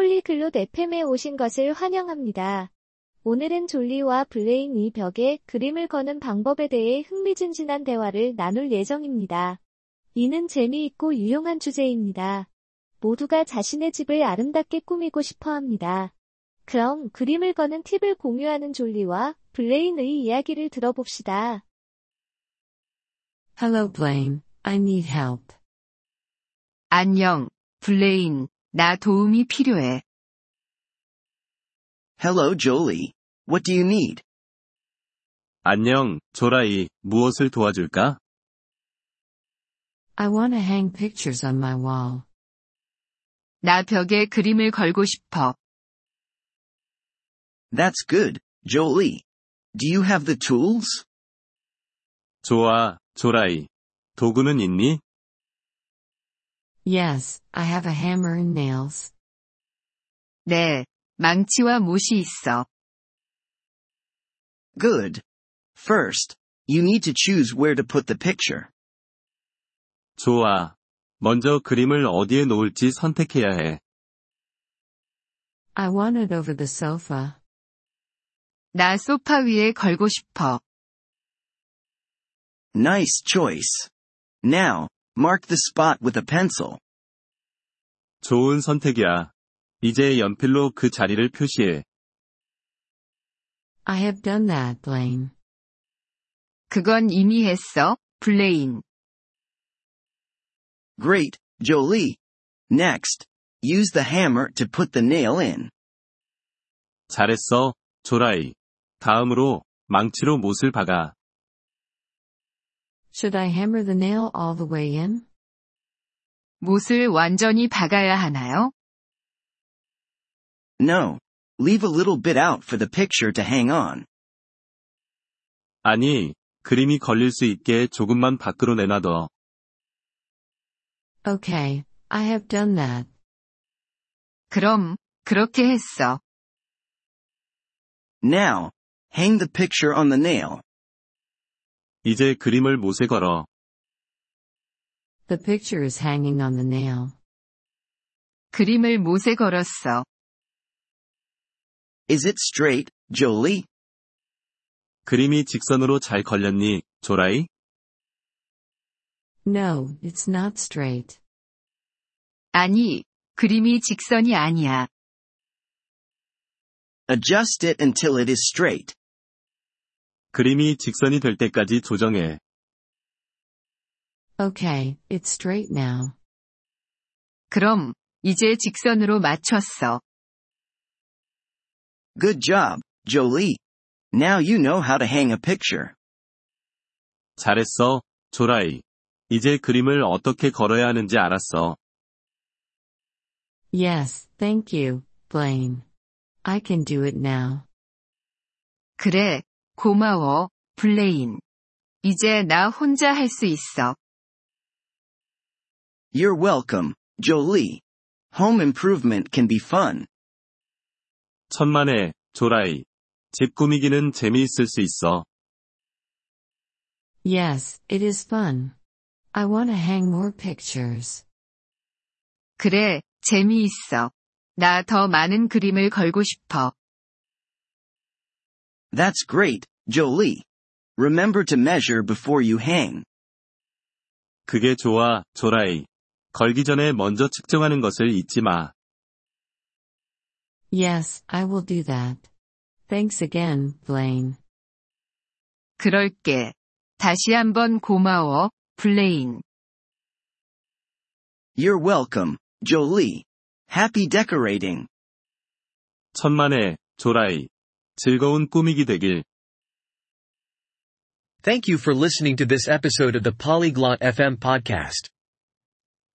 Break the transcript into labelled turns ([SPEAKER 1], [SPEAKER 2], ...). [SPEAKER 1] 폴리글롯 FM에 오신 것을 환영합니다. 오늘은 졸리와 블레인 이 벽에 그림을 거는 방법에 대해 흥미진진한 대화를 나눌 예정입니다. 이는 재미있고 유용한 주제입니다. 모두가 자신의 집을 아름답게 꾸미고 싶어 합니다. 그럼 그림을 거는 팁을 공유하는 졸리와 블레인의 이야기를 들어봅시다.
[SPEAKER 2] Hello, Blaine. I need help.
[SPEAKER 3] 안녕, 블레인. 나 도움이 필요해.
[SPEAKER 4] Hello, Jolie. What do you need?
[SPEAKER 5] 안녕, 조라이. 무엇을 도와줄까?
[SPEAKER 2] I want to hang pictures on my wall.
[SPEAKER 3] 나 벽에 그림을 걸고 싶어.
[SPEAKER 4] That's good, Jolie. Do you have the tools?
[SPEAKER 5] 좋아, 조라이. 도구는 있니?
[SPEAKER 2] Yes, I have a hammer and nails.
[SPEAKER 3] 네, 망치와 못이 있어.
[SPEAKER 4] Good. First, you need to choose where to put the picture.
[SPEAKER 5] 좋아. 먼저 그림을 어디에 놓을지 선택해야 해.
[SPEAKER 2] I want it over the sofa.
[SPEAKER 3] 나 소파 위에 걸고 싶어.
[SPEAKER 4] Nice choice. Now, mark the spot with a pencil.
[SPEAKER 5] 좋은 선택이야. 이제 연필로 그 자리를 표시해.
[SPEAKER 2] I have done that, Blaine.
[SPEAKER 3] 그건 이미 했어, 블레인.
[SPEAKER 4] Great, Jolie. Next, use the hammer to put the nail in.
[SPEAKER 5] 잘했어, 조라이. 다음으로 망치로 못을 박아.
[SPEAKER 2] Should I hammer the nail all the way in?
[SPEAKER 3] 못을 완전히 박아야 하나요?
[SPEAKER 4] No. Leave a little bit out for the picture to hang on.
[SPEAKER 5] 아니, 그림이 걸릴 수 있게 조금만 밖으로 내놔둬.
[SPEAKER 2] Okay, I have done that.
[SPEAKER 3] 그럼, 그렇게 했어.
[SPEAKER 4] Now, hang the picture on the nail.
[SPEAKER 5] 이제 그림을 못에 걸어.
[SPEAKER 2] The picture is hanging on the nail.
[SPEAKER 3] 그림을 못에 걸었어.
[SPEAKER 4] Is it straight, Jolie?
[SPEAKER 5] 그림이 직선으로 잘 걸렸니, 조라이?
[SPEAKER 2] No, it's not straight.
[SPEAKER 3] 아니, 그림이 직선이 아니야.
[SPEAKER 4] Adjust it until it is straight.
[SPEAKER 5] 그림이 직선이 될 때까지 조정해.
[SPEAKER 2] Okay, it's straight now.
[SPEAKER 3] 그럼, 이제 직선으로 맞췄어.
[SPEAKER 4] Good job, Jolie. Now you know how to hang a picture.
[SPEAKER 5] 잘했어, 조라이. 이제 그림을 어떻게 걸어야 하는지 알았어.
[SPEAKER 2] Yes, thank you, Blaine. I can do it now.
[SPEAKER 3] 그래, 고마워, 블레인. 이제 나 혼자 할 수 있어.
[SPEAKER 4] You're welcome, Jolie. Home improvement can be fun.
[SPEAKER 5] 천만에, 조라이. 집 꾸미기는 재미있을 수 있어.
[SPEAKER 2] Yes, it is fun. I want to hang more pictures.
[SPEAKER 3] 그래, 재미있어. 나 더 많은 그림을 걸고 싶어.
[SPEAKER 4] That's great, Jolie. Remember to measure before you hang.
[SPEAKER 5] 그게 좋아, 조라이. 걸기 전에 먼저 측정하는 것을 잊지 마.
[SPEAKER 2] Yes, I will do that. Thanks again, Blaine.
[SPEAKER 3] 그럴게. 다시 한번 고마워, 블레인.
[SPEAKER 4] You're welcome, Jolie. Happy decorating.
[SPEAKER 5] 천만에, 조라이. 즐거운 꾸미기 되길.
[SPEAKER 6] Thank you for listening to this episode of the Polyglot FM podcast.